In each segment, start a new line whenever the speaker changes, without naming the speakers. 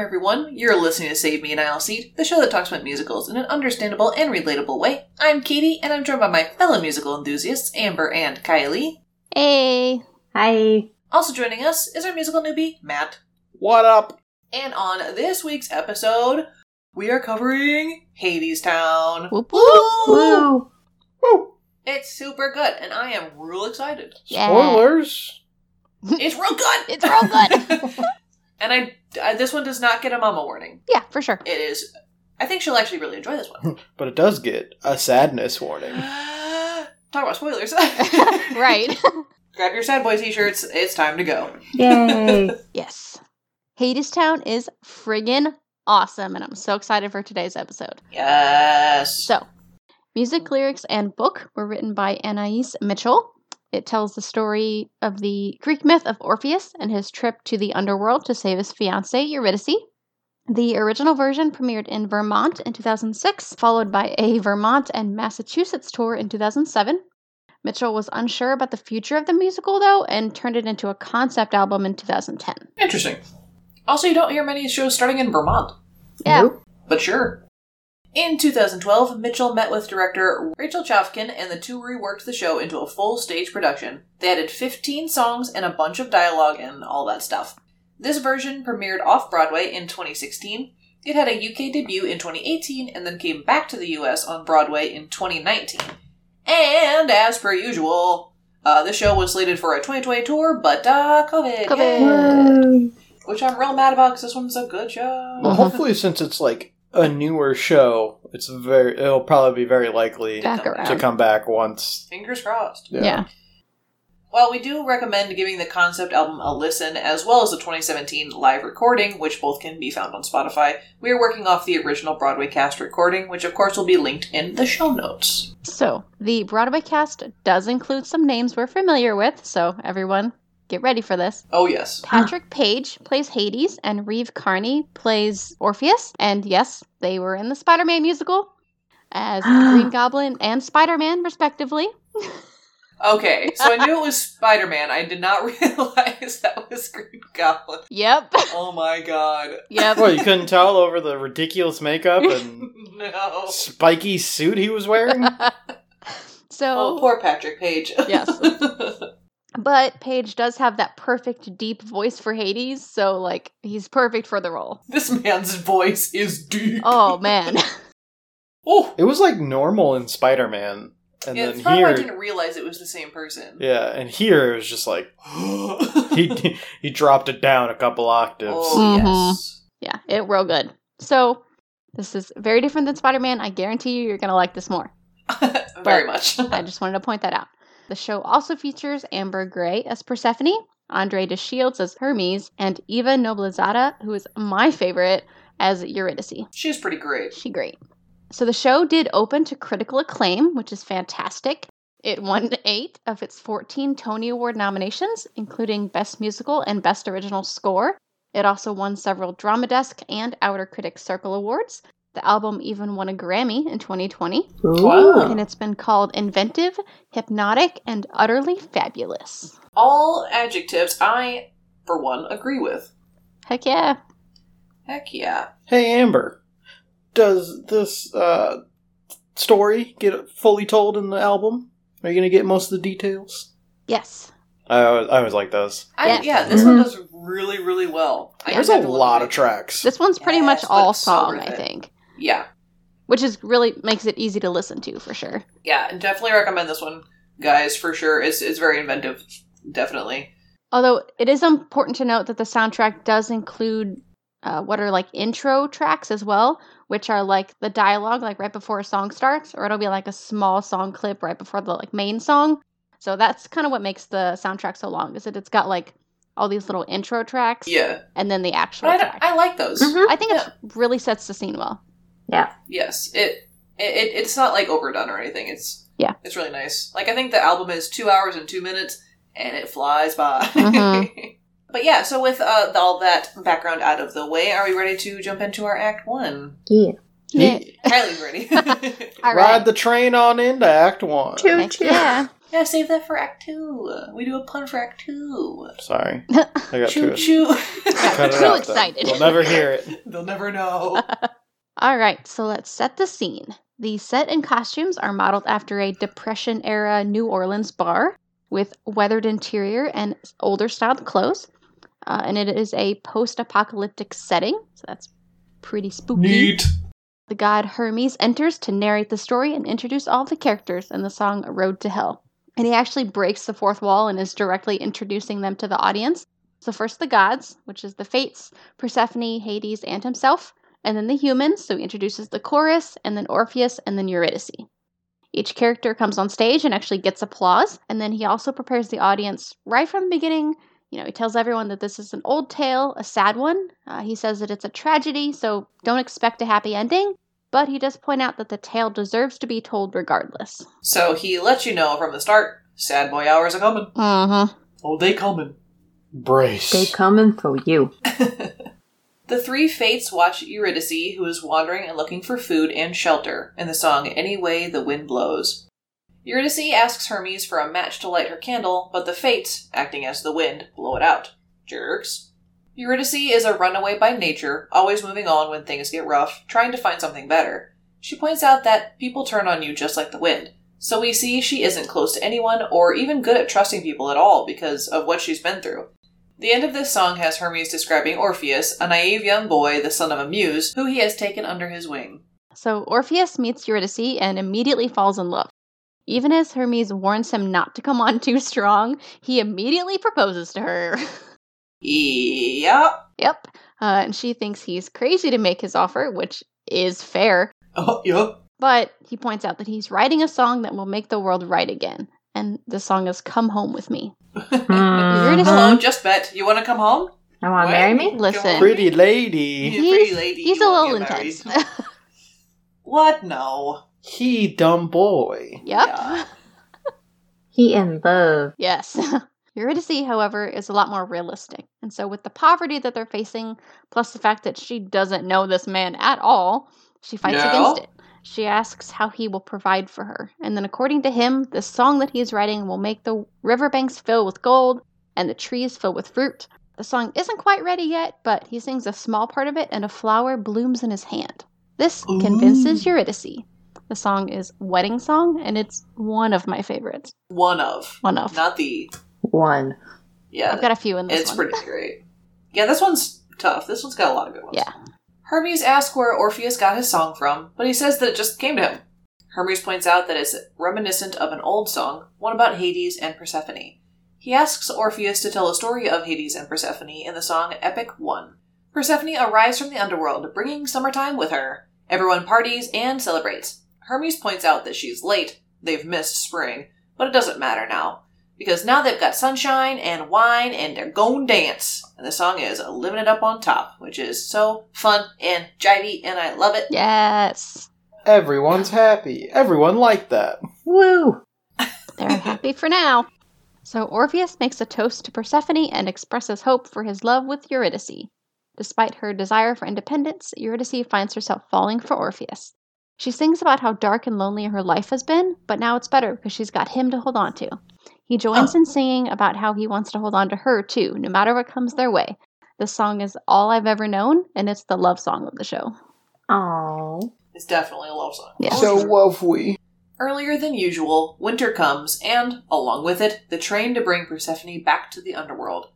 You're listening to Save Me and I'll Seed, the show that talks about musicals in an understandable and relatable way. I'm Katie, and I'm joined by my fellow musical enthusiasts, Amber and Kylie.
Hey.
Hi.
Also joining us is our musical newbie, Matt.
What up?
And on this week's episode, we are covering Hades Town.
Whoop whoop.
Woo.
Woo.
It's super good, and I am real excited.
Yeah.
Spoilers.
It's real good.
It's real good.
and I, I, this one does not get a mama warning.
Yeah, for sure.
It is. I think she'll actually really enjoy this one.
But it does get a sadness warning.
Talk about spoilers.
right.
Grab your sad boy t-shirts. It's time to go.
Yay.
Yes. Hadestown is friggin' awesome, and I'm so excited for today's episode.
Yes.
So, music, lyrics, and book were written by Anais Mitchell. It tells the story of the Greek myth of Orpheus and his trip to the underworld to save his fiancee, Eurydice. The original version premiered in Vermont in 2006, followed by a Vermont and Massachusetts tour in 2007. Mitchell was unsure about the future of the musical, though, and turned it into a concept album in 2010.
Interesting. Also, you don't hear many shows starting in Vermont,
Yeah.
Nope.
but sure. In 2012, Mitchell met with director Rachel Chafkin and the two reworked the show into a full stage production. They added 15 songs and a bunch of dialogue and all that stuff. This version premiered off Broadway in 2016. It had a UK debut in 2018 and then came back to the US on Broadway in 2019. And as per usual, uh, the show was slated for a 2020 tour, but uh, COVID.
COVID.
yay.
Woo.
which I'm real mad about because this one's a good show.
Well, hopefully, since it's like a newer show, it's very. It'll probably be very likely
Back around.
to come back once.
Fingers crossed.
Yeah.
Well, we do recommend giving the concept album a listen, as well as the 2017 live recording, which both can be found on Spotify. We are working off the original Broadway cast recording, which of course will be linked in the show notes.
So, the Broadway cast does include some names we're familiar with, so everyone get ready for this.
Oh, yes.
Patrick Page plays Hades, and Reeve Carney plays Orpheus. And yes, they were in the Spider Man musical as Green Goblin and Spider Man, respectively.
Okay, so I knew it was Spider Man. I did not realize that was Green Goblin.
Yep.
Oh my god.
Yep.
Well, you couldn't tell over the ridiculous makeup and
No.
spiky suit he was wearing.
Oh,
so,
poor Patrick Page.
yes. But Page does have that perfect deep voice for Hades, so, like, he's perfect for the role.
this man's voice is deep.
Oh, man.
Oh,
It was like normal in Spider Man, and
yeah, it's
then
probably why I
here,
didn't realize it was the same person.
yeah, and here it was just like he he dropped it down a couple octaves.
oh,
Mhm.
yes.
yeah, it real good. So, this is very different than Spider Man. I guarantee you, you're going to like this more.
Very much.
I just wanted to point that out. The show also features Amber Gray as Persephone, Andre de Shields as Hermes, and Eva Noblezada, who is my favorite, as Eurydice.
She's pretty great.
She great. So the show did open to critical acclaim, which is fantastic. It won eight of its 14 Tony Award nominations, including Best Musical and Best Original Score. It also won several Drama Desk and Outer Critics Circle Awards. The album even won a Grammy in 2020
Wow.
and it's been called inventive, hypnotic, and utterly fabulous.
All adjectives I, for one, agree with.
Heck yeah.
Heck yeah.
Hey Amber, does this uh, story get fully told in the album? Are you gonna get most of the details?
Yes.
I always, I always like those.
I,
Yes.
Yeah, Mm-hmm. this one does really, really well. I
Yeah.
There's
had
a
to look
lot
at
of
it.
tracks.
This one's pretty
Yes,
much
but
all
it's so
song,
worth
I
it.
think,
Yeah,
which is really makes it easy to listen to for sure.
yeah, and definitely recommend this one, guys, for sure. It's, it's very inventive, definitely.
Although it is important to note that the soundtrack does include uh, what are like intro tracks as well, which are like the dialogue, like right before a song starts, or it'll be like a small song clip right before the like main song. So that's kind of what makes the soundtrack so long, is that it's got like all these little intro tracks
Yeah,
and then the actual
but I,
track.
I like those.
Mhm.
I think it really sets the scene well.
Yes, it, it it- it's not like overdone or anything. It's
Yeah.
it's really nice. Like I think the album is two hours and two minutes, and it flies by.
Mhm.
but yeah, so with uh, all that background out of the way, are we ready to jump into our Act One?
Yeah.
Yeah.
Kylie's ready.
All
Ride
right.
the train on into Act One.
Choo
Heck yeah.
Yeah, save that for Act Two. We do a pun for Act Two.
Sorry, I got
Choo
to it.
choo.
Cut it
Too
out, then.
excited.
We'll never hear it.
They'll never know.
All right, so let's set the scene. The set and costumes are modeled after a Depression era New Orleans bar with weathered interior and older styled clothes. Uh, and it is a post apocalyptic setting, so that's pretty spooky. The god Hermes enters to narrate the story and introduce all the characters in the song Road to Hell. And he actually breaks the fourth wall and is directly introducing them to the audience. So, first the gods, which is the Fates, Persephone, Hades, and himself, and then the humans, so he introduces the chorus, and then Orpheus, and then Eurydice. Each character comes on stage and actually gets applause, and then he also prepares the audience right from the beginning. You know, he tells everyone that this is an old tale, a sad one. Uh, he says that it's a tragedy, so don't expect a happy ending, but he does point out that the tale deserves to be told regardless.
So he lets you know from the start. Sad boy hours are coming.
Mm-hmm.
Oh, they coming.
Brace.
They coming for you.
The three fates watch Eurydice, who is wandering and looking for food and shelter, in the song Any Way the Wind Blows. Eurydice asks Hermes for a match to light her candle, but the fates, acting as the wind, blow it out. Jerks. Eurydice is a runaway by nature, always moving on when things get rough, trying to find something better. She points out that people turn on you just like the wind, so we see she isn't close to anyone or even good at trusting people at all because of what she's been through. The end of this song has Hermes describing Orpheus, a naive young boy, the son of a muse, who he has taken under his wing.
So Orpheus meets Eurydice and immediately falls in love. Even as Hermes warns him not to come on too strong, he immediately proposes to her.
Yeah.
yep. Uh, and she thinks he's crazy to make his offer, which is fair,
Oh, yep.
but he points out that he's writing a song that will make the world right again. And the song is Come Home With Me. Hmm.
Mhm.
Hello, just bet. You want to come home?
You want
What?
to marry me?
Listen.
Pretty lady.
Yeah. Pretty lady,
he's
you
a
won't
little
get married.
intense.
What? No.
He dumb boy.
yep.
Yeah.
He in love.
Yes. Eurydice, however, is a lot more realistic. And so, with the poverty that they're facing, plus the fact that she doesn't know this man at all, she fights
No.
against it. She asks how he will provide for her. And then, according to him, the song that he is writing will make the riverbanks fill with gold and the trees fill with fruit. The song isn't quite ready yet, but he sings a small part of it, and a flower blooms in his hand. This convinces Eurydice. The song is Wedding Song, and it's one of my favorites.
One of.
One of.
Not the.
One.
Yeah.
I've got a few in this
it's
one.
pretty great. Yeah, this one's tough. This one's got a lot of good ones.
Yeah.
Hermes asks where Orpheus got his song from, but he says that it just came to him. Hermes points out that it's reminiscent of an old song, one about Hades and Persephone. He asks Orpheus to tell the story of Hades and Persephone in the song Epic 1. Persephone arrives from the underworld, bringing summertime with her. Everyone parties and celebrates. Hermes points out that she's late, they've missed spring, but it doesn't matter now because now they've got sunshine and wine and they're going to dance. And the song is Living It Up on Top, which is so fun and jivey and I love it.
Yes.
Everyone's happy. Everyone liked that.
Woo!
They're happy for now. So Orpheus makes a toast to Persephone and expresses hope for his love with Eurydice. Despite her desire for independence, Eurydice finds herself falling for Orpheus. She sings about how dark and lonely her life has been, but now it's better because she's got him to hold on to. He joins
Oh.
in singing about how he wants to hold on to her too, no matter what comes their way. This song is All I've Ever Known, and it's the love song of the show.
Aw.
It's definitely a love song.
Yes.
So lovely.
Earlier than usual, winter comes, and, along with it, the train to bring Persephone back to the underworld,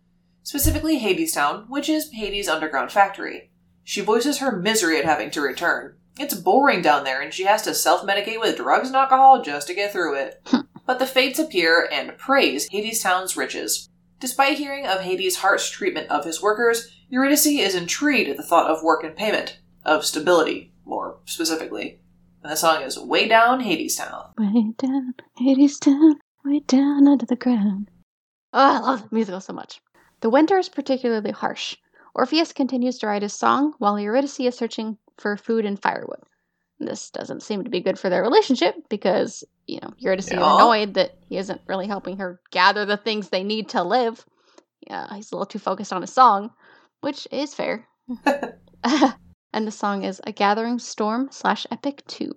specifically Hadestown, which is Hades' underground factory. She voices her misery at having to return. It's boring down there, and she has to self medicate with drugs and alcohol just to get through it. but the fates appear and praise Hadestown's riches. Despite hearing of Hades' harsh treatment of his workers, Eurydice is intrigued at the thought of work and payment, of stability, more specifically. And the song is Way Down Hadestown.
Way down, Hades down, way down under the ground. Oh, I love the musical so much. The winter is particularly harsh. Orpheus continues to write his song while Eurydice is searching for food and firewood. This doesn't seem to be good for their relationship because, you know, Eurydice is
Yeah.
annoyed that he isn't really helping her gather the things they need to live. Yeah, he's a little too focused on his song, which is fair. and the song is A Gathering Storm slash Epic 2.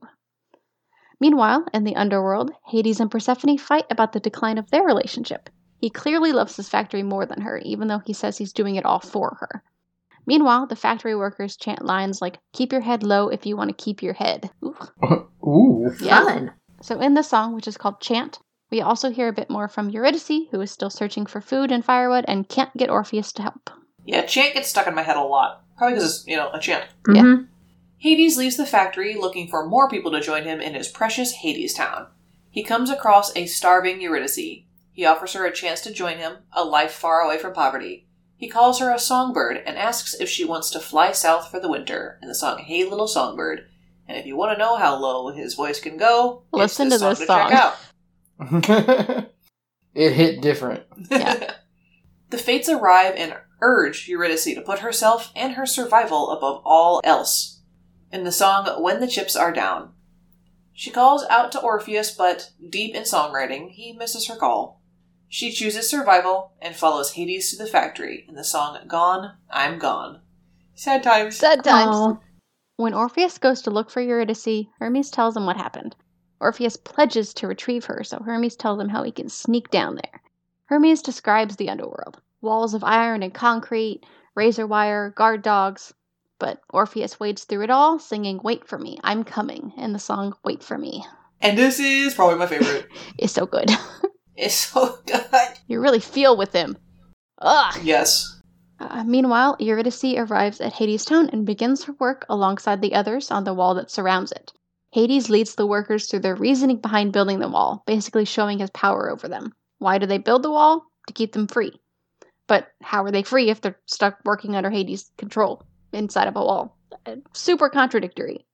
Meanwhile, in the underworld, Hades and Persephone fight about the decline of their relationship. He clearly loves his factory more than her, even though he says he's doing it all for her. Meanwhile, the factory workers chant lines like, Keep your head low if you want to keep your head. Ooh.
Ooh.
Fun.
So, in the song, which is called Chant, we also hear a bit more from Eurydice, who is still searching for food and firewood and can't get Orpheus to help.
Yeah, chant gets stuck in my head a lot. Probably because it's, you know, a chant.
Yeah.
Mhm.
Hades leaves the factory looking for more people to join him in his precious Hades town. He comes across a starving Eurydice. He offers her a chance to join him, a life far away from poverty. He calls her a songbird and asks if she wants to fly south for the winter in the song Hey Little Songbird. And if you want to know how low his voice can go, it's
Listen to this song.
check out.
it hit different.
Yeah.
the Fates arrive and urge Eurydice to put herself and her survival above all else in the song When the Chips Are Down. She calls out to Orpheus, but deep in songwriting, he misses her call. She chooses survival and follows Hades to the factory in the song Gone, I'm Gone. Sad times.
Sad times.
Aw.
When Orpheus goes to look for Eurydice, Hermes tells him what happened. Orpheus pledges to retrieve her, so Hermes tells him how he can sneak down there. Hermes describes the underworld walls of iron and concrete, razor wire, guard dogs. But Orpheus wades through it all, singing Wait for Me, I'm Coming, and the song Wait for Me
and this is probably my favorite.
is so good.
it's so good.
you really feel with him. Ugh!
Yes.
Uh, meanwhile, Eurydice arrives at Hades' town and begins her work alongside the others on the wall that surrounds it. Hades leads the workers through their reasoning behind building the wall, basically showing his power over them. Why do they build the wall? To keep them free. But how are they free if they're stuck working under Hades' control inside of a wall? Uh, Super contradictory.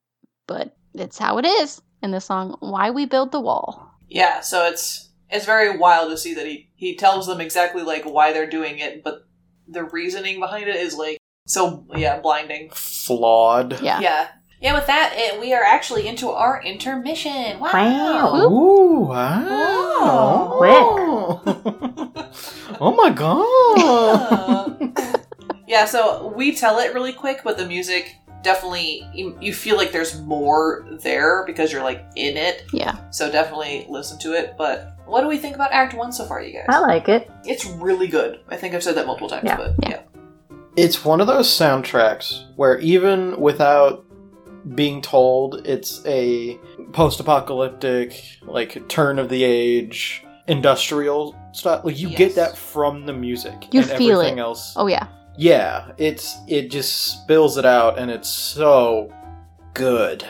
But it's how it is in the song Why We Build the Wall.
Yeah, so it's it's very wild to see that he he tells them exactly like why they're doing it, but the reasoning behind it is like so yeah, blinding.
Flawed.
Yeah.
Yeah. Yeah, with that, it, we are actually into our intermission. Wow.
Wow.
Ooh, wow. oh my god.
yeah, so we tell it really quick, but the music definitely you, you feel like there's more there because you're like in it.
Yeah.
So definitely listen to it, but what do we think about Act 1 so far, you guys?
I like it.
It's really good. I think I've said that multiple times,
Yeah.
but
Yeah.
yeah.
it's one of those soundtracks where even without being told it's a post-apocalyptic like turn of the age industrial stuff like you
Yes.
get that from the music
You
and
feel
everything
it.
else
Oh, yeah.
yeah it's it just spills it out and it's so good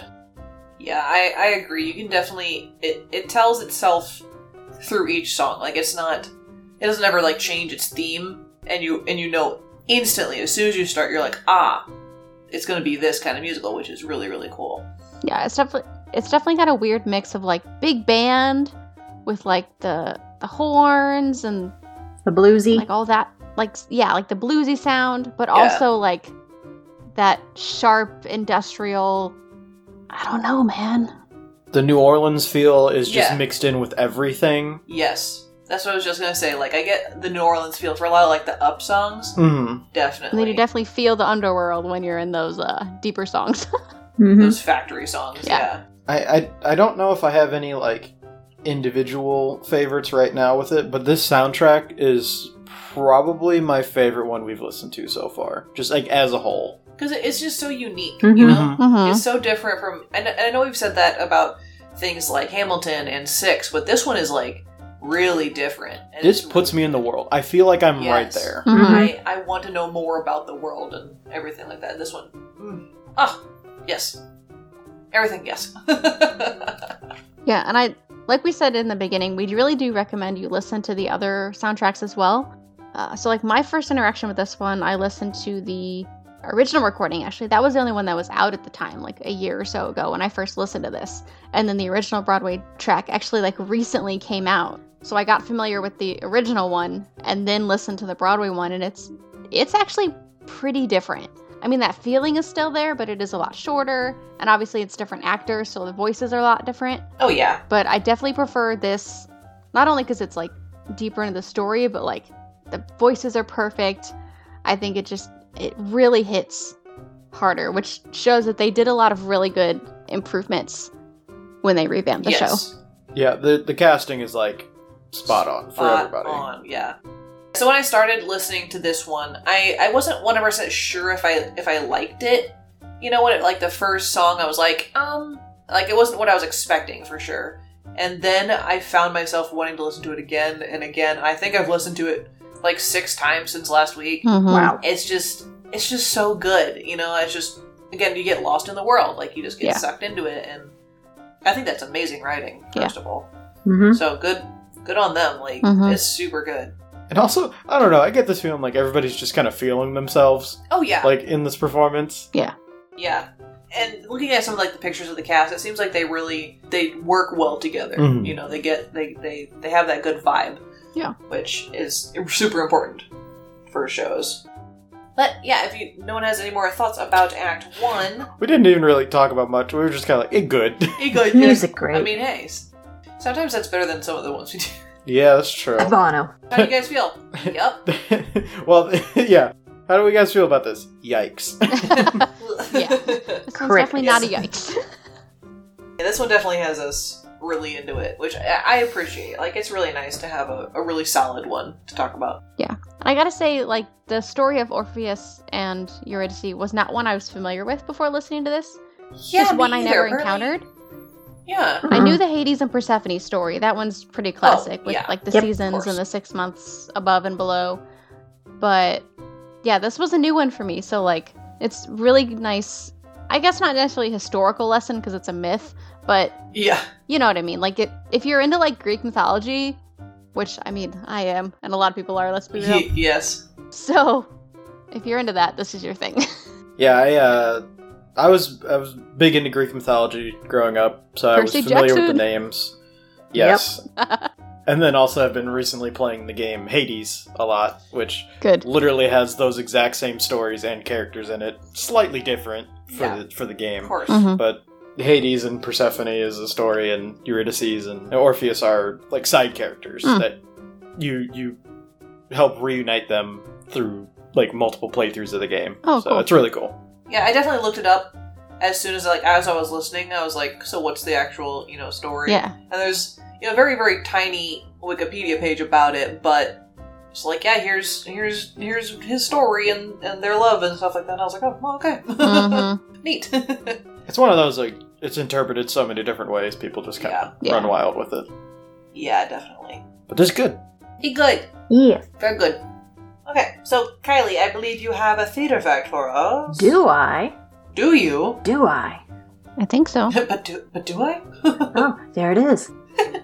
Yeah, I, I agree. You can definitely it it tells itself through each song. Like it's not it doesn't ever like change its theme and you and you know instantly as soon as you start you're like, ah, it's gonna be this kind of musical, which is really, really cool.
Yeah, it's definitely it's definitely got a weird mix of like big band with like the the horns and
The bluesy.
like all that like yeah, like the bluesy sound, but
Yeah.
also like that sharp industrial I don't know, man.
the new orleans feel is just
Yeah.
mixed in with everything
Yes. That's what I was just gonna say. Like I get the New Orleans feel for a lot of like the up songs.
mm.
And then
Definitely.
you definitely feel the underworld when you're in those uh deeper songs.
Mhm.
Those factory songs,
Yeah.
yeah.
I, I i don't know if i have any like individual favorites right now with it but this soundtrack is probably my favorite one we've listened to so far just like as a whole
Because it's just so unique, you
Mm-hmm.
Mhm.
know?
hmm
It's so different from, and, and I know we've said that about things like Hamilton and Six, but this one is like really different. And
this
it's
puts me
really
in the Mhm.
good.
world i feel like i'm
Yes.
right there
hmm
I, I want to know more about the world and everything like that. This one, mm. ah, yes, everything, yes.
Yeah, and I like we said in the beginning, we really do recommend you listen to the other soundtracks as well. Uh, so like my first interaction with this one, I listened to the original recording. Actually, that was the only one that was out at the time, like a year or so ago when I first listened to this. And then the original Broadway track actually like recently came out. So I got familiar with the original one and then listened to the Broadway one and it's it's actually pretty different. I mean, that feeling is still there, but it is a lot shorter. And obviously, it's different actors, so the voices are a lot different
oh yeah,
but I definitely prefer this not only because it's like deeper into the story, but like the voices are perfect. I think it just it really hits harder, which shows that they did a lot of really good improvements when they revamp the show.
yes.
Yeah, the the casting is like spot on for
Mm-hmm. Spot
everybody.
on, yeah. So when I started listening to this one, I I wasn't one hundred percent sure if I if I liked it. You know, when it like the first song, I was like, um, like it wasn't what I was expecting for sure. And then I found myself wanting to listen to it again and again. I think I've listened to it like six times since last week.
Mhm.
Wow.
It's just it's just so good. You know, it's just again you get lost in the world, like you just get
Yeah.
sucked into it, and I think that's amazing writing. First
Yeah.
of all.
Mm-hmm.
So good, good on them. Like
Mhm.
it's super good.
And also, I don't know, I get this feeling like everybody's just kind of feeling themselves
Oh yeah,
like in this performance.
yeah. And looking at some of like the pictures of the cast, it seems like they really they work well together.
Mhm.
You know, they get they they they have that good vibe.
Yeah.
which is super important for shows. But yeah, if you no one has any more thoughts about Act One,
We didn't even really talk about much. We were just kind of like, it good.
you go
Music great.
I mean, hey, s- sometimes that's better than some of the ones we do.
yeah, that's true.
Bono.
How do you guys feel? yep.
well, yeah. How do we guys feel about this? Yikes.
yeah.
This one's
Crickets.
definitely not a yikes.
Yeah, this one definitely has us really into it, which I, I appreciate. Like, it's really nice to have a, a really solid one to talk about.
I gotta say, like, the story of Orpheus and Eurydice was not one I was familiar with before listening to this.
Yeah,
it's
me
one I
either,
never
apparently.
encountered.
Yeah,
I knew
Mm-mm.
the Hades and Persephone story. That one's pretty classic with
Oh, yeah.
like the
Yep, of
seasons
course.
and the six months above and below. But yeah, this was a new one for me. So like it's really nice. I guess not necessarily a historical lesson because it's a myth, but
yeah,
you know what I mean. Like it, if you're into like Greek mythology, which I mean I am, and a lot of people are. Let's be real.
Ye- yes.
So if you're into that, this is your thing.
yeah, I uh I was I was big into Greek mythology growing up, so I
Percy
was familiar with
Jackson.
the names. Yes. and then also I've been recently playing the game Hades a lot, which
Good.
literally has those exact same stories and characters in it, slightly different for
Yeah.
the for the game.
Of course.
Mhm.
But Hades and Persephone is a story, and Eurydice and Orpheus are like side characters
Mm.
that you you help reunite them through like multiple playthroughs of the game.
Oh,
so
cool.
it's really cool.
Yeah, I definitely looked it up as soon as like as I was listening. I was like, so what's the actual you know story?
Yeah.
And there's you know a very very tiny Wikipedia page about it, but it's like yeah, here's here's here's his story and and their love and stuff like that. And I was like, oh, well, okay,
Mhm.
neat.
It's one of those like it's interpreted so many different ways. People just kind of
Yeah.
run wild with it.
yeah, definitely.
But it's good.
Be good.
Mm-hmm. Yeah.
Very good. Okay, so Kylie, I believe you have a theater fact for us.
Do I?
do you?
Do I?
I think so.
but do but do I?
Oh, there it is.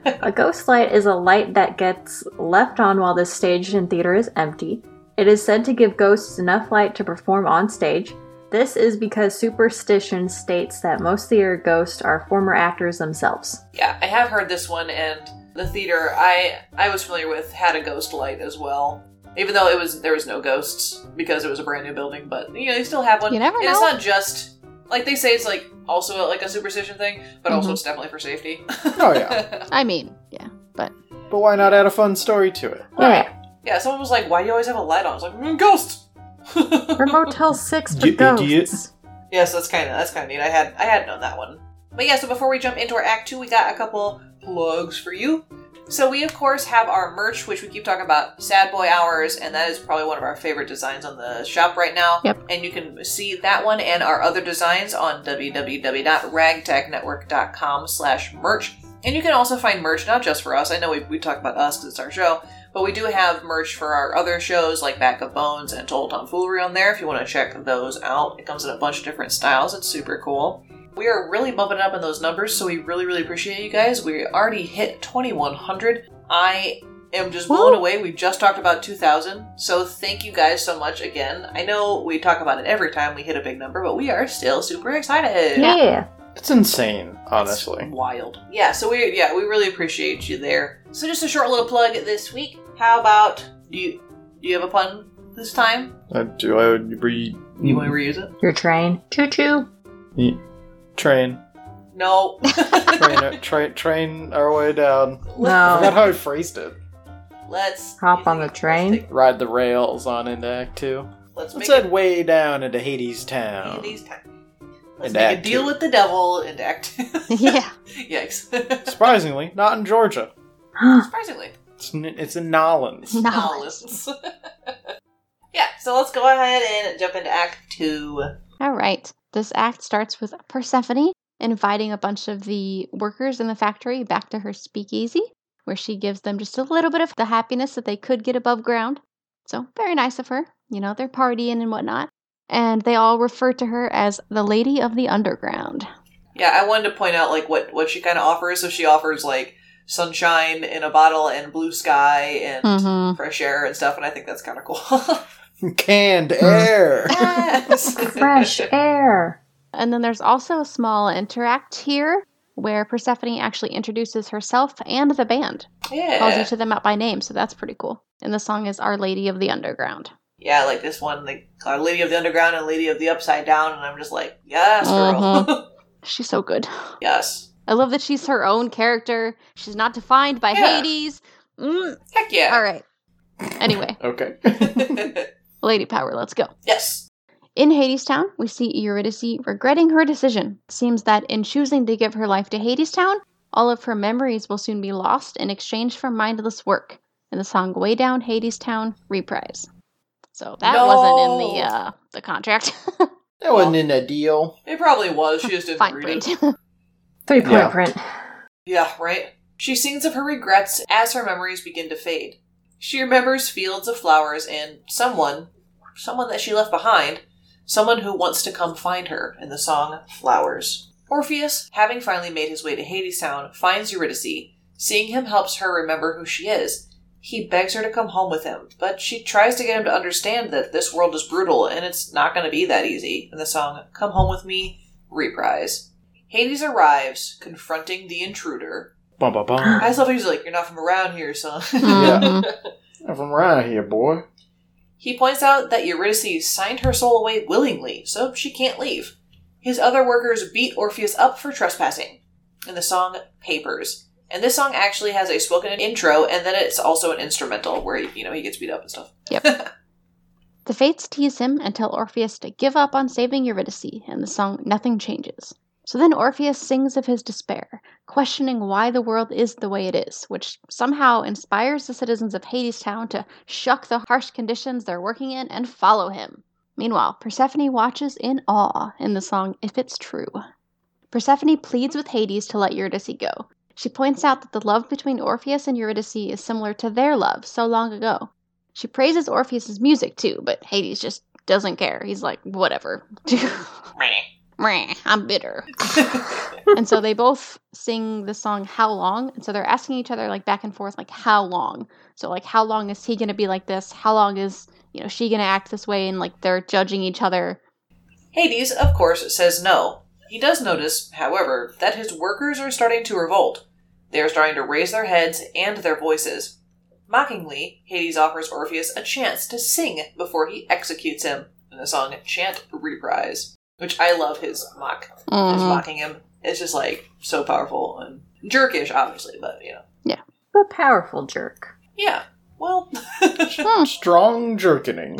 a ghost light is a light that gets left on while the stage and theater is empty. It is said to give ghosts enough light to perform on stage. This is because superstition states that most theater ghosts are former actors themselves.
Yeah, I have heard this one, and the theater I I was familiar with had a ghost light as well. Even though it was there was no ghosts because it was a brand new building, but you know you still have one.
You never
And it's
know.
not just like they say it's like also like a superstition thing, but also
Mhm.
it's definitely for safety.
Oh, yeah.
I mean, yeah.
But why not add a fun story to it?
Yeah.
yeah. Someone was like, "Why do you always have a light on?" I was like, mm, "Ghosts."
Or Motel 6 for
You
ghosts.
idiot.
Yes, that's kind of that's kind of neat. I had I had known that one. But yeah, so before we jump into our act two, we got a couple plugs for you. So we of course have our merch, which we keep talking about, Sad Boy Hours, and that is probably one of our favorite designs on the shop right now.
Yep.
And you can see that one and our other designs on www.ragtagnetwork.com/merch. And you can also find merch not just for us. I know we, we talk about us because it's our show, but we do have merch for our other shows like Back of Bones and Total Tomfoolery on there if you want to check those out. It comes in a bunch of different styles. It's super cool. We are really bumping up in those numbers, so we really, really appreciate you guys. We already hit 2100. I am just blown
Woo.
away. We just talked about 2000. So thank you guys so much again. I know we talk about it every time we hit a big number, but we are still super excited.
Yeah.
It's insane,
That's
honestly.
wild. Yeah, so we yeah, we really appreciate you there. So just a short little plug this week. How about do you do you have a pun this time?
Uh, do I re
You want to reuse it?
Your train. Choo choo.
train
No.
train tra- train our way down? I forgot
No.
how I phrased it.
Let's
Hop on the train.
Let's, take-
Ride the rails on into Act Two.
let's
Let's
make it
head way down into Hades
in
Town.
these time. Let's
And
make a
Act
deal
Two.
with the devil and act.
yeah.
Yikes.
Surprisingly, not in Georgia.
Surprisingly.
It's in, it's in Nolens.
Knowledge.
yeah, so let's go ahead and jump into Act Two.
All right. This act starts with Persephone inviting a bunch of the workers in the factory back to her speakeasy, where she gives them just a little bit of the happiness that they could get above ground. So, very nice of her. You know, they're partying and whatnot. And they all refer to her as the Lady of the Underground.
Yeah, I wanted to point out like what what she kind of offers. So she offers like sunshine in a bottle and blue sky and
hmm
fresh air and stuff, and I think that's kind of cool.
Canned air.
yes.
Fresh air.
And then there's also a small interact here where Persephone actually introduces herself and the band, calls
Yeah.
each of them out by name. So, that's pretty cool. And the song is Our Lady of the Underground.
Yeah, like this one, like Our Lady of the Underground and Lady of the Upside Down, and I'm just like, yes, girl.
She's so good.
yes.
I love that she's her own character. She's not defined by
Yeah.
Hades. Mm,
Heck yeah.
All right. Anyway,
Okay.
Lady Power, let's go.
yes.
In Hadestown, we see Eurydice regretting her decision. Seems that in choosing to give her life to Hadestown, all of her memories will soon be lost in exchange for mindless work. And the song Way Down Hadestown reprise. So that wasn't in the
No.
uh, the contract.
That wasn't in a deal.
It probably was. She just didn't
Fine
read
print.
it.
Three point
Yeah.
print.
Yeah, right? She sings of her regrets as her memories begin to fade. She remembers fields of flowers and someone, someone that she left behind, someone who wants to come find her in the song Flowers. Orpheus, having finally made his way to Hadestown, finds Eurydice. Seeing him helps her remember who she is. He begs her to come home with him, but she tries to get him to understand that this world is brutal and it's not going to be that easy in the song Come Home With Me reprise. Hades arrives, confronting the intruder.
Bum bum bum.
I just love how he's like, You're not from around here, son.
Mhm.
I'm from around here, boy.
he points out that Eurydice signed her soul away willingly, so she can't leave. His other workers beat Orpheus up for trespassing in the song Papers. And this song actually has a spoken intro, and then it's also an instrumental where, you know, he gets beat up and stuff.
The fates tease him and tell Orpheus to give up on saving Eurydice, and the song Nothing Changes. So then Orpheus sings of his despair, questioning why the world is the way it is, which somehow inspires the citizens of Hadestown to shuck the harsh conditions they're working in and follow him. Meanwhile, Persephone watches in awe in the song If It's True. Persephone pleads with Hades to let Eurydice go. She points out that the love between Orpheus and Eurydice is similar to their love so long ago, she praises Orpheus's music too, but Hades just doesn't care. He's like, whatever. Meh, I'm bitter. and so they both sing the song How Long? And so they're asking each other like back and forth, like, how long? So like how long is he gonna be like this? How long is you know she gonna act this way? And like they're judging each other.
Hades, of course, says no. He does notice, however, that his workers are starting to revolt. They are starting to raise their heads and their voices. Mockingly, Hades offers Orpheus a chance to sing before he executes him in the song Chant Reprise, which I love his mock. His
Mhm.
mocking him. It's just like so powerful and jerkish, obviously, but you know.
But powerful jerk.
Yeah, well,
Strong jerkening.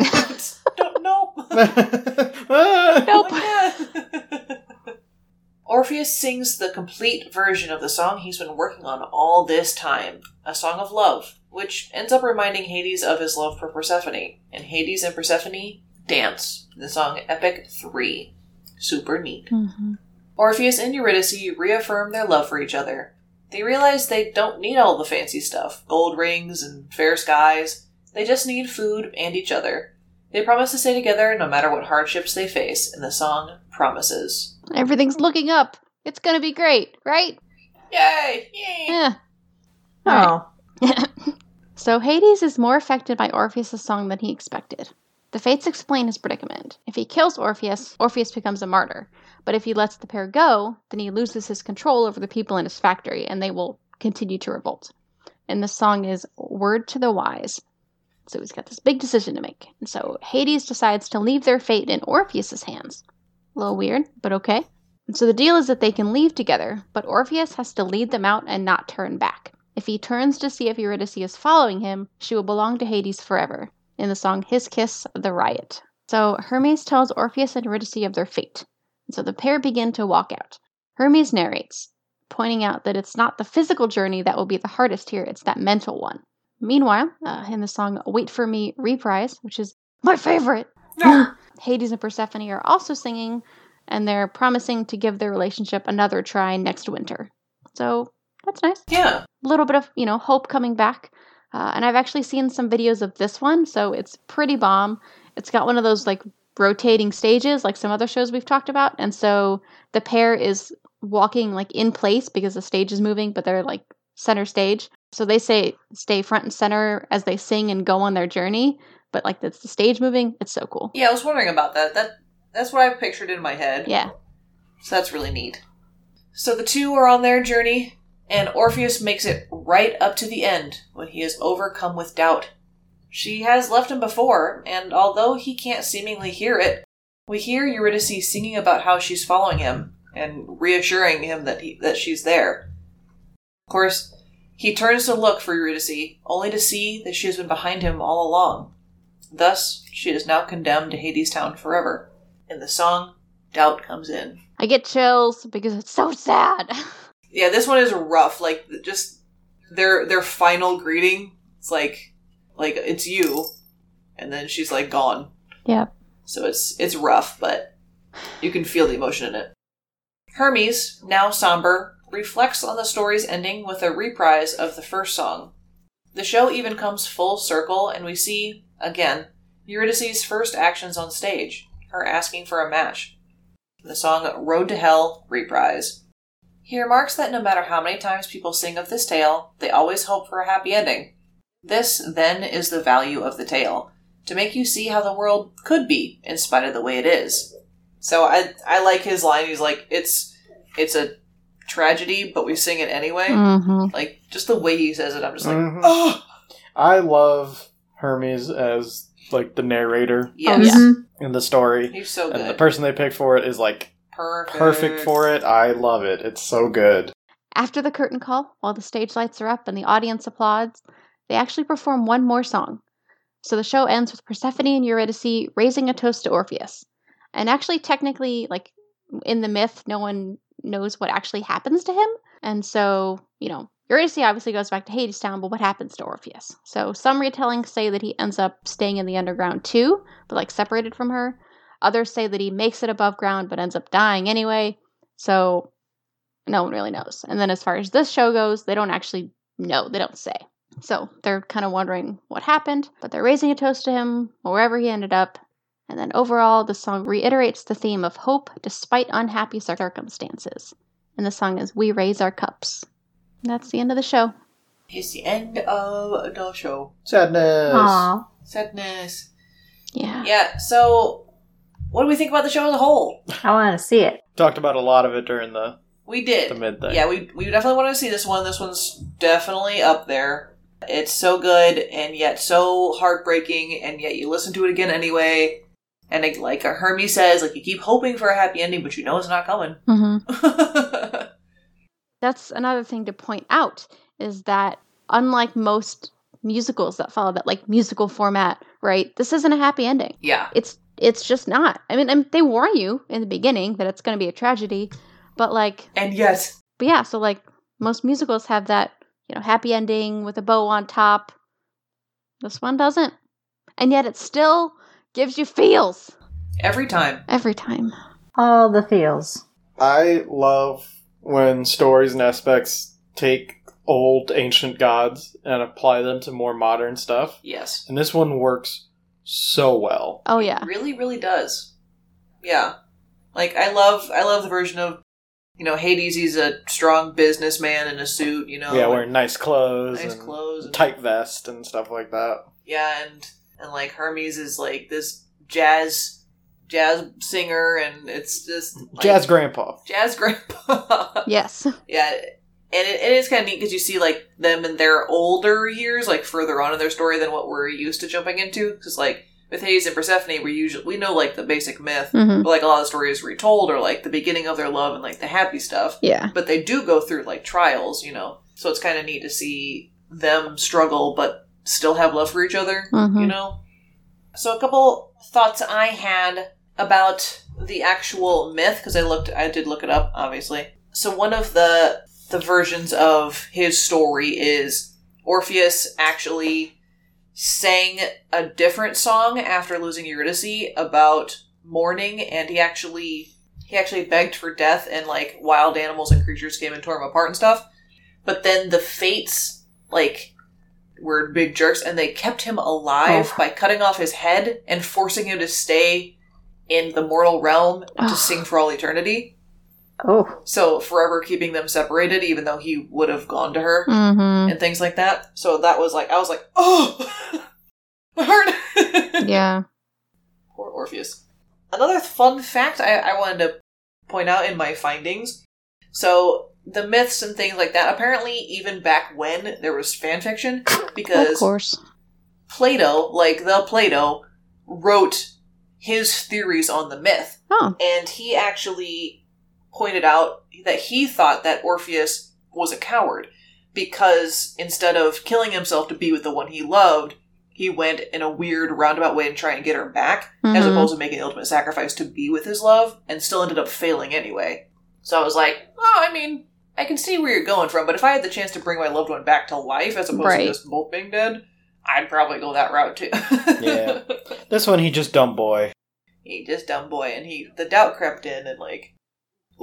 don't know.
nope.
Nope.
Oh my God. Orpheus sings the complete version of the song he's been working on all this time, a song of love, which ends up reminding Hades of his love for Persephone. And Hades and Persephone dance in the song Epic 3. Super neat.
Mhm.
Orpheus and Eurydice reaffirm their love for each other. They realize they don't need all the fancy stuff gold rings and fair skies. They just need food and each other. They promise to stay together no matter what hardships they face in the song Promises.
Everything's looking up. It's gonna be great, right? Eh.
Yay! Yay!
Yeah.
Oh.
So Hades is more affected by Orpheus' song than he expected. The Fates explain his predicament. If he kills Orpheus, Orpheus becomes a martyr. But if he lets the pair go, then he loses his control over the people in his factory and they will continue to revolt. And the song is Word to the Wise. So he's got this big decision to make. And so Hades decides to leave their fate in Orpheus' hands. A little weird, but okay. And so the deal is that they can leave together, but Orpheus has to lead them out and not turn back. If he turns to see if Eurydice is following him, she will belong to Hades forever, in the song His Kiss, The Riot. So Hermes tells Orpheus and Eurydice of their fate. So the pair begin to walk out. Hermes narrates, pointing out that it's not the physical journey that will be the hardest here, it's that mental one. Meanwhile, uh, in the song Wait for Me Reprise, which is my favorite, Hades and Persephone are also singing, and they're promising to give their relationship another try next winter. So that's nice.
Yeah.
A little bit of, you know, hope coming back. Uh, and I've actually seen some videos of this one, so it's pretty bomb. It's got one of those like rotating stages, like some other shows we've talked about. And so the pair is walking like in place because the stage is moving, but they're like center stage. So they say stay front and center as they sing and go on their journey. But like that's the stage moving. It's so cool.
Yeah, I was wondering about that. That that's what I pictured in my head.
Yeah.
So that's really neat. So the two are on their journey, and Orpheus makes it right up to the end when he is overcome with doubt. She has left him before, and although he can't seemingly hear it, we hear Eurydice singing about how she's following him and reassuring him that he, that she's there. Of course, he turns to look for Eurydice, only to see that she has been behind him all along. Thus, she is now condemned to Hades Town forever. In the song, doubt comes in.
I get chills because it's so sad.
Yeah, this one is rough. Like just their their final greeting. It's like like it's you, and then she's like gone.
Yeah.
So it's it's rough, but you can feel the emotion in it. Hermes, now somber, reflects on the story's ending with a reprise of the first song. The show even comes full circle, and we see again Eurydice's first actions on stage. Her asking for a match. The song "Road to Hell" reprise. He remarks that no matter how many times people sing of this tale, they always hope for a happy ending. This, then, is the value of the tale to make you see how the world could be in spite of the way it is. So I, I like his line. He's like, it's, it's a tragedy, but we sing it anyway.
mm-hmm.
Like just the way he says it, I'm just like,
Mhm.
oh,
I love Hermes as like the narrator
yes,
yeah.
Mhm.
in the story,
he's so
and the
good,
person they picked for it is like
perfect,
perfect for it. I love it. It's so good.
After the curtain call, while the stage lights are up and the audience applauds, they actually perform one more song. So the show ends with Persephone and Eurydice raising a toast to Orpheus. And actually, technically, like in the myth, no one knows what actually happens to him. And so, you know, Eurydice obviously goes back to Hades Town, but what happens to Orpheus? So some retellings say that he ends up staying in the underground too, but like separated from her. Others say that he makes it above ground but ends up dying anyway. So no one really knows. And then as far as this show goes, they don't actually know, they don't say. So they're kind of wondering what happened, but they're raising a toast to him wherever he ended up. And then overall, the song reiterates the theme of hope despite unhappy cir- circumstances. And the song is We Raise Our Cups. And that's the end of the show.
It's the end of the show.
Sadness.
Aw.
Sadness.
Yeah.
Yeah. So, what do we think about the show as a whole?
I want to see it.
Talked about a lot of it during the
We did.
the mid thing.
Yeah, we, we definitely want to see this one. This one's definitely up there. It's so good and yet so heartbreaking, and yet you listen to it again anyway. And it, like Hermes says, like you keep hoping for a happy ending, but you know it's not coming.
Mm-hmm.
yeah,
That's another thing to point out is that unlike most musicals that follow that like musical format, right? This isn't a happy ending. it's it's just not. I mean, I mean, they warn you in the beginning that it's going to be a tragedy, but like,
and yet
but yeah. So like, most musicals have that you know happy ending with a bow on top. This one doesn't, and yet it still gives you feels
every time.
every time.
All the feels.
I love when stories and aspects take old ancient gods and apply them to more modern stuff.
Yes,
And this one works so well.
Oh yeah,
really, really does. Yeah, like I love I love the version of you know Hades. He's a strong businessman in a suit. You know,
yeah, wearing nice clothes,
nice
and
clothes, and-
tight vest, and stuff like that.
Yeah, and and like Hermes is like this jazz jazz singer, and it's just like,
Jazz grandpa.
jazz grandpa.
yes,
yeah, and it, it is kind of neat because you see like them in their older years, like further on in their story than what we're used to jumping into. Because like with Hades and Persephone, we usually we know like the basic myth,
hmm
but like a lot of the story is retold or like the beginning of their love and like the happy stuff.
yeah,
But they do go through like trials, you know. So it's kind of neat to see them struggle, but still have love for each other
hmm
you know? So, a couple thoughts I had about the actual myth because I looked, I did look it up, obviously. So one of the the versions of his story is Orpheus actually sang a different song after losing Eurydice about mourning, and he actually he actually begged for death, and like wild animals and creatures came and tore him apart and stuff. But then the fates like were big jerks, and they kept him alive
Oh.
by cutting off his head and forcing him to stay in the mortal realm and to
Ugh.
sing for all eternity.
Oh,
So forever keeping them separated, even though he would have gone to her
Mm-hmm.
and things like that. So that was like I was like, oh, my heart.
Yeah.
Poor Orpheus. Another fun fact I, I wanted to point out in my findings. So the myths and things like that. Apparently, even back when there was fan fiction,
Of
because
course.
Plato, like the Plato, wrote his theories on the myth.
Oh.
And he actually pointed out that he thought that Orpheus was a coward because instead of killing himself to be with the one he loved, he went in a weird roundabout way and try and get her back, as
Mhm.
opposed to making the ultimate sacrifice to be with his love, and still ended up failing anyway. So I was like, oh, I mean, I can see where you're going from, but if I had the chance to bring my loved one back to life as opposed
Right.
to just both being dead, I'd probably go that route too.
Yeah. This one, he just dumb boy.
he just dumb boy, and he the doubt crept in, and like,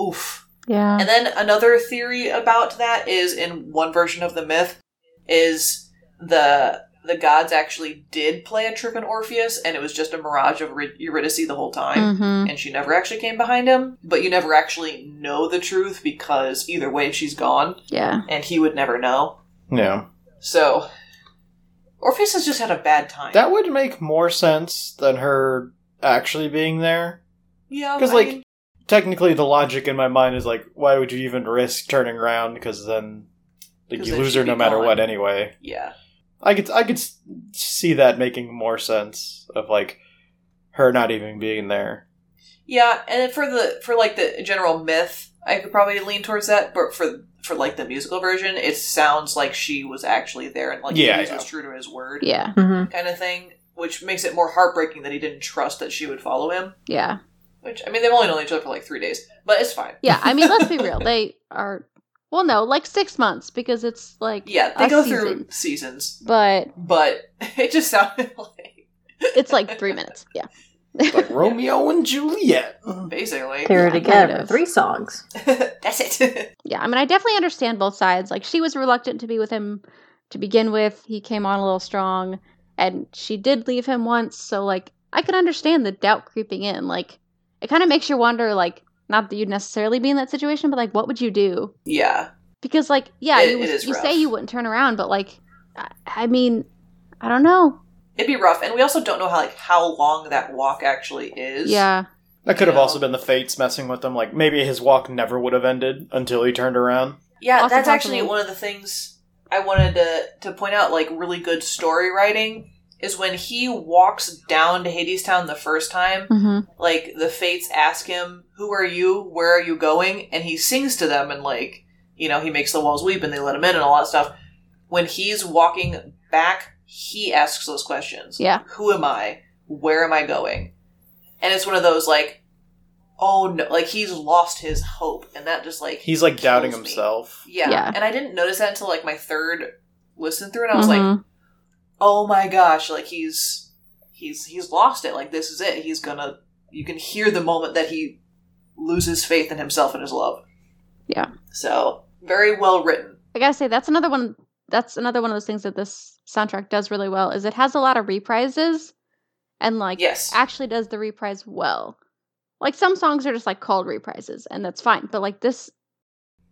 oof.
Yeah.
And then another theory about that is in one version of the myth is the the gods actually did play a trick on Orpheus, and it was just a mirage of Eury- Eurydice the whole time
Mm-hmm.
and she never actually came behind him, but you never actually know the truth because either way she's gone
Yeah.
and he would never know.
Yeah.
So Orpheus has just had a bad time.
That would make more sense than her actually being there.
yeah,
'cause,
Oh, I
like-
mean,
Technically, the logic in my mind is like, why would you even risk turning around? Because then like,
'Cause
you
then
lose
she'd
her no
be
matter
gone.
what anyway.
yeah,
I could I could s- see that making more sense of like her not even being there.
yeah, and then for the for like the general myth, I could probably lean towards that, but for for like the musical version, it sounds like she was actually there and like
Yeah,
he
yeah.
was true to his word,
Yeah.
hmm
kind of thing, which makes it more heartbreaking that he didn't trust that she would follow him.
Yeah.
Which I mean, they've only known each other for like three days, but it's fine.
Yeah. I mean, let's be real. They are. Well, no, like six months because it's like.
Yeah, they
a
go through
season.
seasons.
But
but it just sounded like
it's like three minutes. Yeah.
It's like Romeo and Juliet.
basically
they're
Yeah,
together.
kind of.
Three songs.
that's it.
Yeah, I mean, I definitely understand both sides. Like, she was reluctant to be with him to begin with. He came on a little strong, and she did leave him once. So, like, I could understand the doubt creeping in. Like, it kind of makes you wonder, like, not that you'd necessarily be in that situation, but like, what would you do?
yeah,
Because, like, yeah,
It-
you,
it is
you
rough.
say you wouldn't turn around, but like, I, I mean, I don't know.
it'd be rough, and we also don't know how like how long that walk actually is.
Yeah,
That could have
Yeah.
also been the fates messing with them. Like maybe his walk never would have ended until he turned around.
yeah,
Also
that's
possible.
actually one of the things I wanted to to point out. Like really good story writing is when he walks down to Hades Town the first time.
hmm
Like the fates ask him, "Who are you? Where are you going?" And he sings to them, and like you know he makes the walls weep, and they let him in, and all that stuff. When he's walking back, he asks those questions.
yeah,
who am I? Where am I going? And it's one of those like, oh no, like he's lost his hope, and that just like
He's like doubting
kills me.
himself.
Yeah.
Yeah.
and I didn't notice that until like my third listen through, and I was like,
Mhm.
oh my gosh, like he's he's he's lost it. Like this is it. He's gonna. You can hear the moment that he loses faith in himself and his love.
Yeah.
So very well written.
I gotta say that's another one. That's another one of those things that this soundtrack does really well is it has a lot of reprises, and like
yes.
actually does the reprise well. Like some songs are just like called reprises, and that's fine. But like this,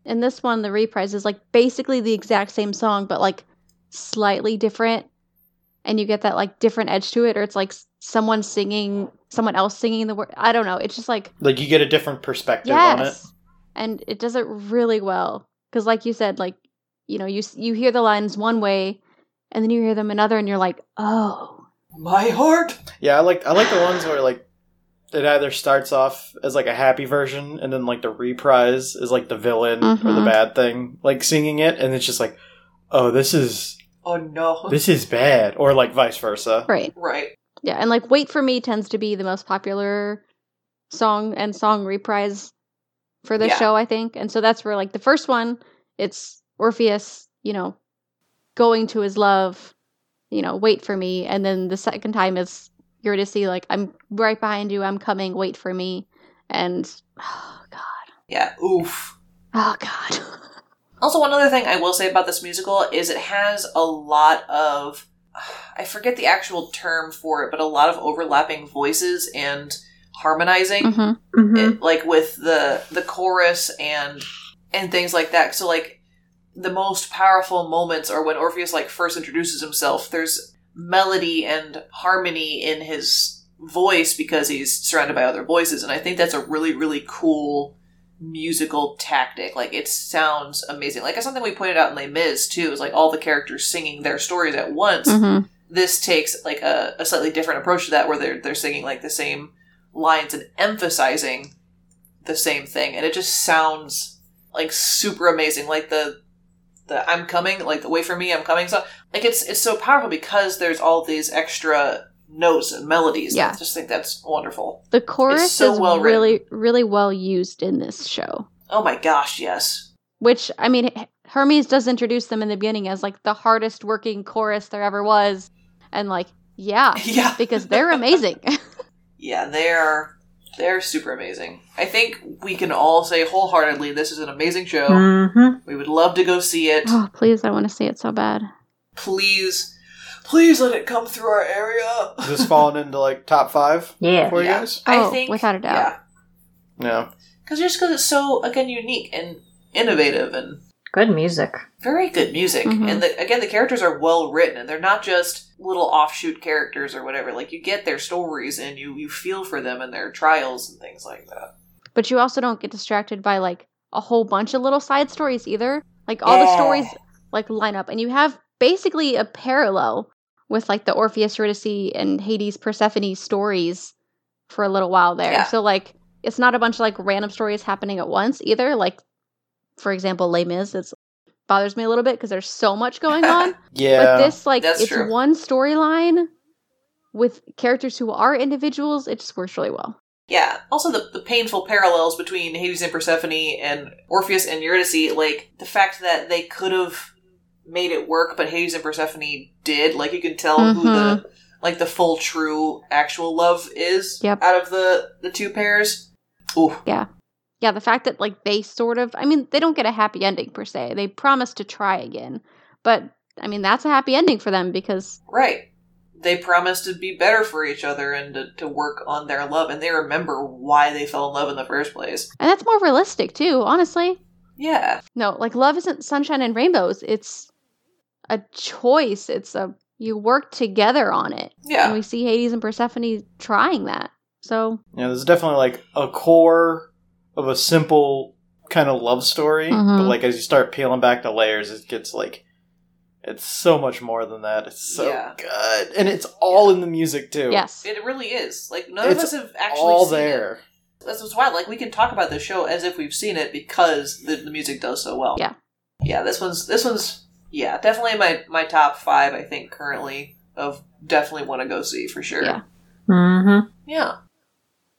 in this one, the reprise is like basically the exact same song, but like slightly different, and you get that like different edge to it, or it's like s- someone singing, someone else singing the word. I don't know. It's just like
Like you get a different perspective on it.
yes, and it does it really well because, like you said, like you know, you s- you hear the lines one way, and then you hear them another, and you're like, oh,
my heart.
Yeah, I like I like the ones where like it either starts off as like a happy version and then like the reprise is like the villain or the
Mhm.
bad thing like singing it and it's just like oh this is
Oh no.
this is bad or like vice versa.
right.
right.
Yeah, and like Wait for Me tends to be the most popular song and song reprise for the
Yeah.
show, I think. And so that's where like the first one, it's Orpheus, you know, going to his love, you know, wait for me. And then the second time is Eurydice, like, I'm right behind you, I'm coming, wait for me. And oh god.
Yeah, oof.
Oh god.
Also, one other thing I will say about this musical is it has a lot of. I forget the actual term for it, but a lot of overlapping voices and harmonizing.
hmm
Mhm.
it, like with the the chorus and and things like that so like the most powerful moments are when orpheus like first introduces himself there's melody and harmony in his voice because he's surrounded by other voices and i think that's a really really cool musical tactic like it sounds amazing like that's something we pointed out in les mis too is like all the characters singing their stories at once
hmm
this takes like a, a slightly different approach to that where they're they're singing like the same lines and emphasizing the same thing and it just sounds like super amazing like the the I'm coming like the wait for me I'm coming so like it's it's so powerful because there's all these extra notes and melodies
Yeah.
I just think that's wonderful
The chorus
so
is
well written.
really, really well used in this show.
oh my gosh yes
Which I mean, H- Hermes does introduce them in the beginning as like the hardest working chorus there ever was, and like, yeah,
yeah
because they're amazing.
yeah they're they're super amazing I think we can all say wholeheartedly this is an amazing show
Mm.
Mhm.
we would love to go see it
oh, please, I want to see it so bad.
please, please let it come through our area.
Is this falling into like top five
Yeah.
for you
Yeah.
guys?
Oh, without a doubt.
No.
because just because it's so again unique and innovative and
Good music.
very good music,
Mhm.
and the, again the characters are well written, and they're not just little offshoot characters or whatever. Like you get their stories and you you feel for them and their trials and things like that.
But you also don't get distracted by like a whole bunch of little side stories either. Like all the
Yeah.
stories like line up, and you have basically a parallel with like the Orpheus, Eurydice, and Hades, Persephone stories for a little while there.
Yeah.
So like it's not a bunch of like random stories happening at once either. Like for example, Les Mis, it's bothers me a little bit because there's so much going on.
Yeah.
But this like
That's
it's
true.
one storyline with characters who are individuals. It just works really well.
Yeah. Also, the, the painful parallels between Hades and Persephone and Orpheus and Eurydice, like the fact that they could have made it work, but Hades and Persephone did. Like you can tell who
Mm-hmm.
the like the full, true, actual love is
Yep.
out of the the two pairs. Ooh,
yeah, the fact that like they sort of I mean, they don't get a happy ending per se. They promise to try again. But I mean, that's a happy ending for them because
right. They promised to be better for each other and to, to work on their love, and they remember why they fell in love in the first place.
and that's more realistic too, honestly.
Yeah.
No, like love isn't sunshine and rainbows. It's a choice. It's a you work together on it. And
Yeah.
we see Hades and Persephone trying that. So,
Yeah, there's definitely like a core of a simple kind of love story, but
Mhm.
like as you start peeling back the layers, it gets like it's so much more than that. It's so
Yeah.
good, and it's all in the music too.
yes.
It really is. Like none of
It's
us have actually
all
seen it.
there.
That's what's wild. Like we can talk about this show as if we've seen it because the, the music does so well.
Yeah.
yeah. This one's this one's yeah definitely my my top five I think currently of definitely want to go see for sure.
Yeah.
Mm-hmm.
yeah.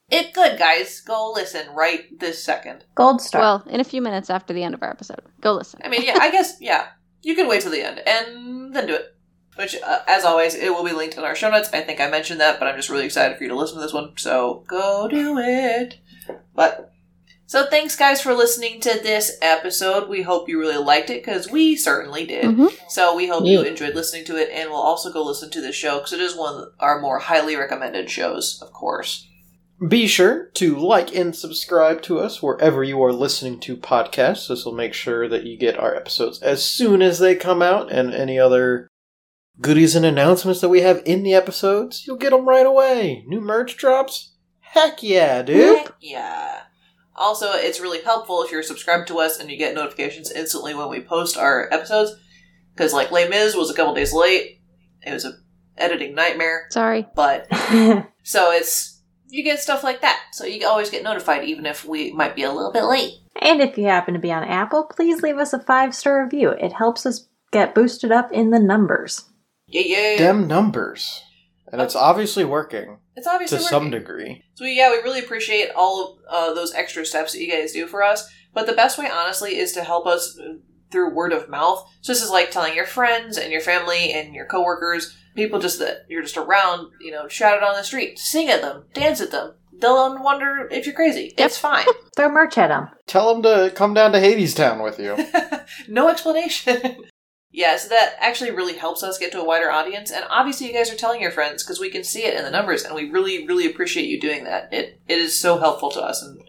It good guys. Go listen right this second.
Gold star.
Well, in a few minutes after the end of our episode. Go listen.
I mean, yeah. I guess yeah. You can wait till the end and then do it. Which, uh, as always, it will be linked in our show notes. I think I mentioned that, but I'm just really excited for you to listen to this one. So go do it. But so thanks, guys, for listening to this episode. We hope you really liked it because we certainly did.
Mhm.
So we hope you
Yeah.
enjoyed listening to it, and we'll also go listen to this show because it is one of our more highly recommended shows, of course.
Be sure to like and subscribe to us wherever you are listening to podcasts. This will make sure that you get our episodes as soon as they come out and any other goodies and announcements that we have in the episodes. You'll get them right away. New merch drops? Heck yeah, dude.
Heck Yeah. Also, it's really helpful if you're subscribed to us and you get notifications instantly when we post our episodes. Because, like, Les Mis was a couple days late. It was a editing nightmare,
Sorry.
but so it's you get stuff like that. So you always get notified, even if we might be a little bit late.
and if you happen to be on Apple, please leave us a five star review. It helps us get boosted up in the numbers.
Yeah, yeah.
Dem numbers. and it's obviously working
It's obviously
to some
working.
degree.
So yeah, we really appreciate all of uh, those extra steps that you guys do for us. But the best way, honestly, is to help us uh, through word of mouth. So this is like telling your friends and your family and your coworkers, people just that you're just around. You know, shout it on the street, sing at them, dance at them. They'll wonder if you're crazy.
Yep.
It's fine.
Throw merch at them.
Tell them to come down to Hades Town with you.
no explanation. yeah, so that actually really helps us get to a wider audience. And obviously, you guys are telling your friends because we can see it in the numbers, and we really, really appreciate you doing that. It it is so helpful to us, and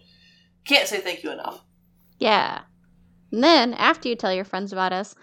can't say thank you enough.
Yeah. And then, after you tell your friends about us,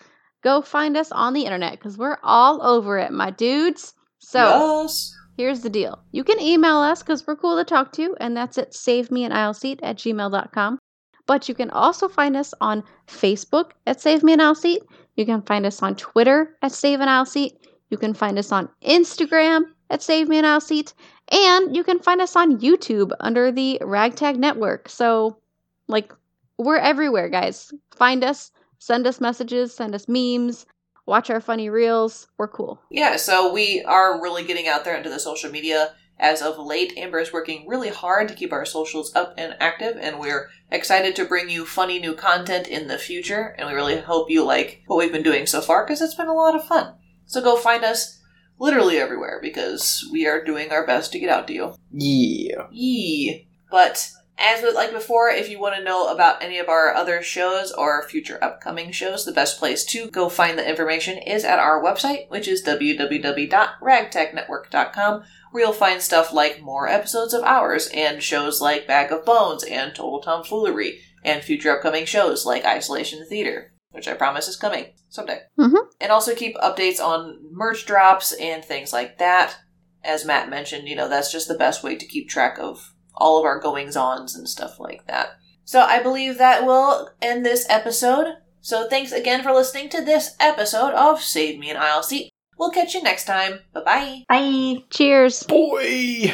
go find us on the internet because we're all over it, my dudes. So,
yes.
here's the deal you can email us because we're cool to talk to and that's at save me an aisle seat at gmail.com but you can also find us on facebook at save me an aisle seat you can find us on twitter at save an aisle seat you can find us on instagram at save me an aisle seat and you can find us on youtube under the ragtag network so like we're everywhere guys find us send us messages send us memes watch our funny reels we're cool
yeah. So we are really getting out there into the social media as of late. Amber is working really hard to keep our socials up and active, and we're excited to bring you funny new content in the future. And we really hope you like what we've been doing so far because it's been a lot of fun. So go find us literally everywhere because we are doing our best to get out to you.
Yeah.
Yee. E. But as with like before, if you want to know about any of our other shows or future upcoming shows, the best place to go find the information is at our website, which is www.ragtagnetwork.com, where you'll find stuff like more episodes of ours and shows like Bag of Bones and Total Tomfoolery and future upcoming shows like Isolation Theater, which I promise is coming someday.
Mhm.
And also keep updates on merch drops and things like that as Matt mentioned, you know, that's just the best way to keep track of all of our goings ons and stuff like that. So I believe that will end this episode. So thanks again for listening to this episode of Save Me an Aisle Seat. We'll catch you next time. Bye bye.
Bye.
cheers
Boy!